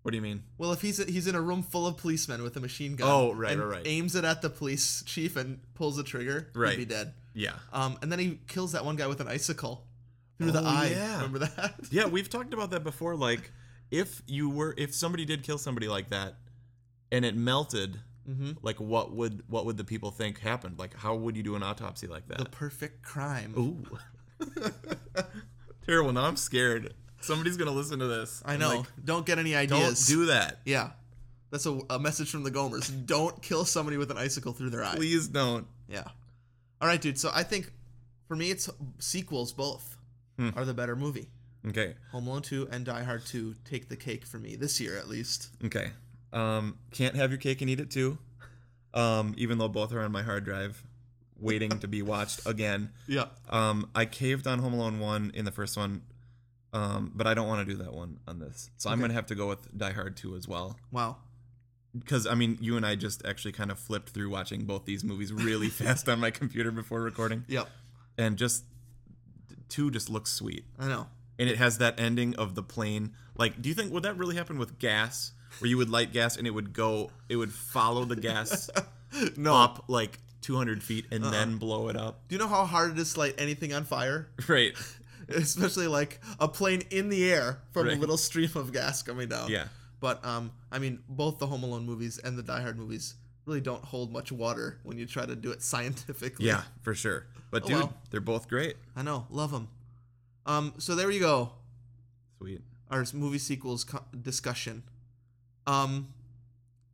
[SPEAKER 3] What do you mean?
[SPEAKER 1] Well, if he's he's in a room full of policemen with a machine gun,
[SPEAKER 3] Oh, right,
[SPEAKER 1] and
[SPEAKER 3] right, right.
[SPEAKER 1] aims it at the police chief and pulls the trigger,
[SPEAKER 3] Right.
[SPEAKER 1] he'd be dead.
[SPEAKER 3] Yeah.
[SPEAKER 1] Um, and then he kills that one guy with an icicle through the
[SPEAKER 3] Oh,
[SPEAKER 1] eye.
[SPEAKER 3] yeah.
[SPEAKER 1] Remember that?
[SPEAKER 3] Yeah, we've talked about that before. Like, if you were, if somebody did kill somebody like that, and it melted,
[SPEAKER 1] Mhm.
[SPEAKER 3] like, what would what would the people think happened? Like, how would you do an autopsy
[SPEAKER 1] [LAUGHS]
[SPEAKER 3] like
[SPEAKER 1] The
[SPEAKER 3] that?
[SPEAKER 1] perfect crime.
[SPEAKER 3] Ooh. [LAUGHS] Terrible. Now I'm scared. Somebody's gonna listen to this.
[SPEAKER 1] I
[SPEAKER 3] and,
[SPEAKER 1] know.
[SPEAKER 3] like,
[SPEAKER 1] don't get any
[SPEAKER 3] don't
[SPEAKER 1] ideas.
[SPEAKER 3] do that.
[SPEAKER 1] Yeah, that's a, a message from the Gomers. don't kill somebody with an icicle through their eye.
[SPEAKER 3] Please don't.
[SPEAKER 1] Yeah. All right, dude. So I think for me, it's sequels both
[SPEAKER 3] Hmm.
[SPEAKER 1] are the better movie.
[SPEAKER 3] Okay.
[SPEAKER 1] Home Alone 2 and Die Hard 2 take the cake for me this year at least.
[SPEAKER 3] Okay. Um, can't have your cake and eat it too. Um, even though both are on my hard drive, waiting to be watched again.
[SPEAKER 1] Yeah.
[SPEAKER 3] Um, I caved on Home Alone one in the first one, um, but I don't want to do that one on this. So I'm
[SPEAKER 1] Okay.
[SPEAKER 3] gonna have to go with Die Hard two as well.
[SPEAKER 1] Wow.
[SPEAKER 3] Because I mean, you and I [LAUGHS] just actually kind of flipped through watching both these movies really fast on my computer before recording,
[SPEAKER 1] Yep.
[SPEAKER 3] and just two just looks sweet.
[SPEAKER 1] I know.
[SPEAKER 3] And it has that ending of the plane. Like, do you think would that really happen with gas, where you would light gas and it would go, it would follow the gas
[SPEAKER 1] [LAUGHS] No. Uh-uh.
[SPEAKER 3] up like 200 feet and then blow it up? [LAUGHS]
[SPEAKER 1] Do you know how hard it is to light anything on fire? [LAUGHS]
[SPEAKER 3] Right.
[SPEAKER 1] Especially like a plane in the air from a
[SPEAKER 3] Right.
[SPEAKER 1] little stream of gas coming down.
[SPEAKER 3] Yeah.
[SPEAKER 1] But um, I mean, both the Home Alone movies and the Die Hard movies really don't hold much water when you try to do it scientifically.
[SPEAKER 3] Yeah, for sure. But
[SPEAKER 1] Oh,
[SPEAKER 3] dude,
[SPEAKER 1] well.
[SPEAKER 3] they're both great.
[SPEAKER 1] I know. Love them. Um, so there you go.
[SPEAKER 3] Sweet.
[SPEAKER 1] Our movie sequels co- discussion. Um,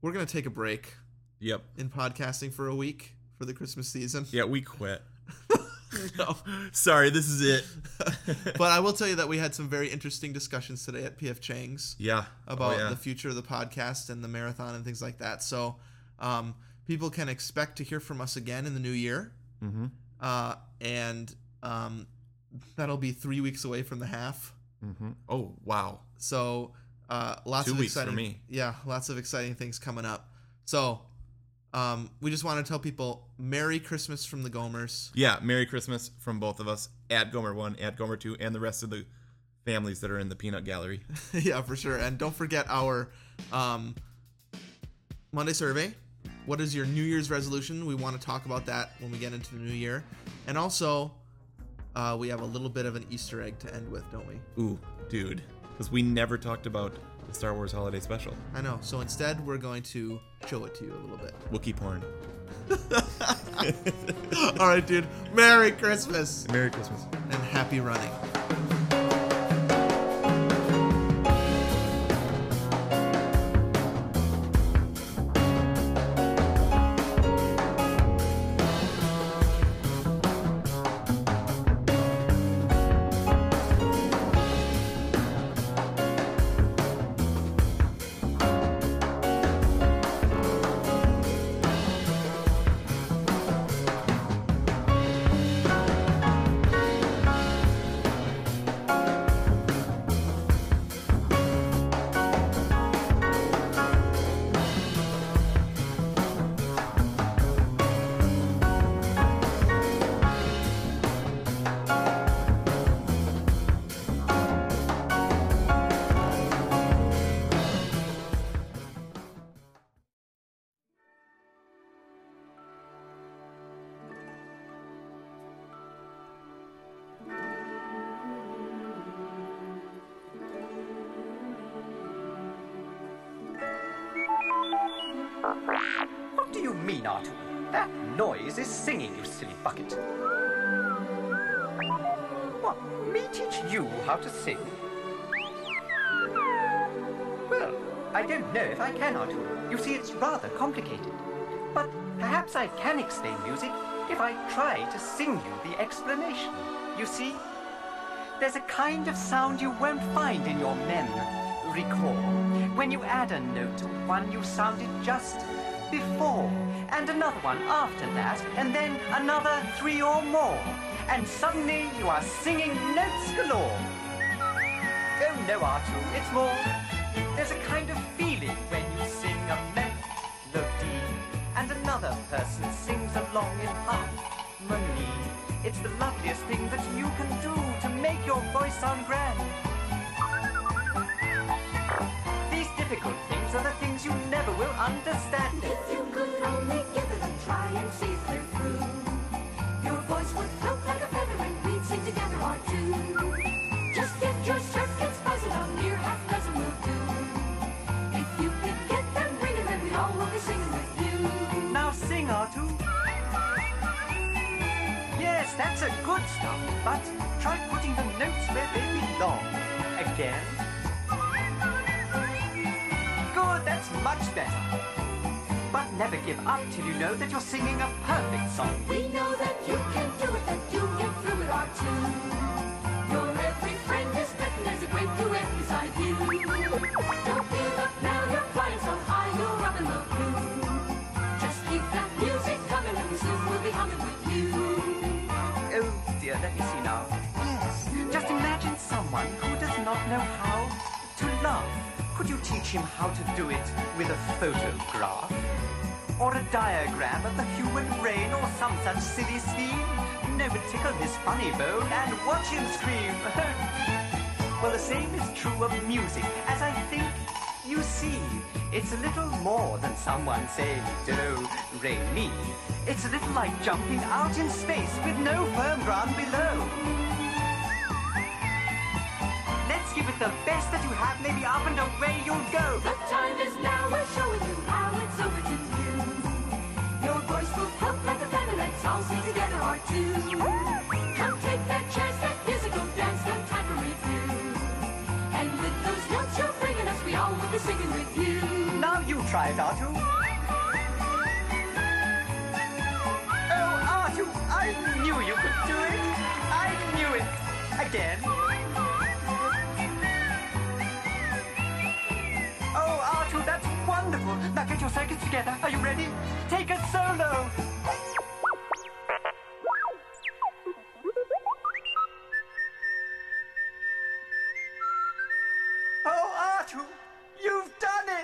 [SPEAKER 1] we're gonna take a break
[SPEAKER 3] Yep.
[SPEAKER 1] in podcasting for a week for the Christmas season.
[SPEAKER 3] Yeah, we quit. [LAUGHS]
[SPEAKER 1] No.
[SPEAKER 3] Sorry, this is it.
[SPEAKER 1] [LAUGHS] but I will tell you that we had some very interesting discussions today at PF Chang's
[SPEAKER 3] yeah. Oh,
[SPEAKER 1] about
[SPEAKER 3] yeah.
[SPEAKER 1] the future of the podcast and the marathon and things like that. So um, people can expect to hear from us again in the new year,
[SPEAKER 3] Mhm.
[SPEAKER 1] uh, and um, that'll be three weeks away from the half.
[SPEAKER 3] Mhm. Oh, wow.
[SPEAKER 1] So uh, lots
[SPEAKER 3] Two
[SPEAKER 1] of
[SPEAKER 3] weeks for
[SPEAKER 1] exciting,
[SPEAKER 3] me.
[SPEAKER 1] yeah, lots of exciting things coming up. So um, we just want to tell people Merry Christmas from the Gomers.
[SPEAKER 3] Yeah, Merry Christmas from both of us at Gomer One, at Gomer Two, and the rest of the families that are in the peanut gallery.
[SPEAKER 1] [LAUGHS] yeah, for sure. And don't forget our um, Monday survey. What is your New Year's resolution? We want to talk about that when we get into the new year. And also, uh, we have a little bit of an Easter egg to end with, don't we?
[SPEAKER 3] Ooh, dude, because we never talked about the Star Wars Holiday Special.
[SPEAKER 1] I know. So instead, we're going to show it to you a little bit. [LAUGHS]
[SPEAKER 3] Wookiee porn.
[SPEAKER 1] All right, dude. Merry Christmas
[SPEAKER 3] Merry Christmas.
[SPEAKER 1] and happy running.
[SPEAKER 4] What do you mean, Artu? That noise is singing, you silly bucket. What? Me teach you how to sing? Well, I don't know if I can, Artu. You see, it's rather complicated. But perhaps I can explain music if I try to sing you the explanation. You see, there's a kind of sound you won't find in your mem. Recall, when you add a note to one you sounded just before, and another one after that, and then another three or more, and suddenly you are singing notes galore. Oh no, Artu, it's more. There's a kind of feeling when you sing a melody, and another person sings along in harmony. It's the loveliest thing that you can do to make your voice sound grand. These difficult things are the things you never will understand.
[SPEAKER 5] If you could only give it a try and see through through, your voice would float like a feather and we'd sing together our two. Just get your circuits buzzing, a mere half dozen will do. If you could get them ringing, then we'd all will be singing with you.
[SPEAKER 4] Now sing, Artu. Yes, that's a good start, but try putting the notes where they belong. Again. Good, that's much better. But never give up till you know that you're singing a perfect song.
[SPEAKER 5] We know that you can do it, that you'll get through it, our two. Your every friend is bitten, there's a great duet beside you. Don't give up now, you're flying so high, you're up in the blue. Just keep that music coming, and we soon will be humming with you.
[SPEAKER 4] Oh dear, let me see now. Yes, just imagine someone who does not know how to laugh. Could you teach him how to do it with a photograph? or a diagram of the human brain or some such silly scheme. No, but tickle his funny bone and watch him scream. [LAUGHS] well, the same is true of music, as I think you see. It's a little more than someone saying do, re, mi. It's a little like jumping out in space with no firm ground below. Let's give it the best that you have, maybe up and away you'll go.
[SPEAKER 5] The time is now, we're showing you how it's over to you. Your voice will help like a family, let's all sing together or two. Come take that chance, that musical dance, no time for review. And with those notes you're bringing us, we all will be singing with you.
[SPEAKER 4] Now you try it, Artu. Oh, Artu, I knew you could do it. I knew it. Again. Oh, Artu, that's wonderful. Now get your circuits together. Are you ready? Take a solo. Oh, Artu, you've done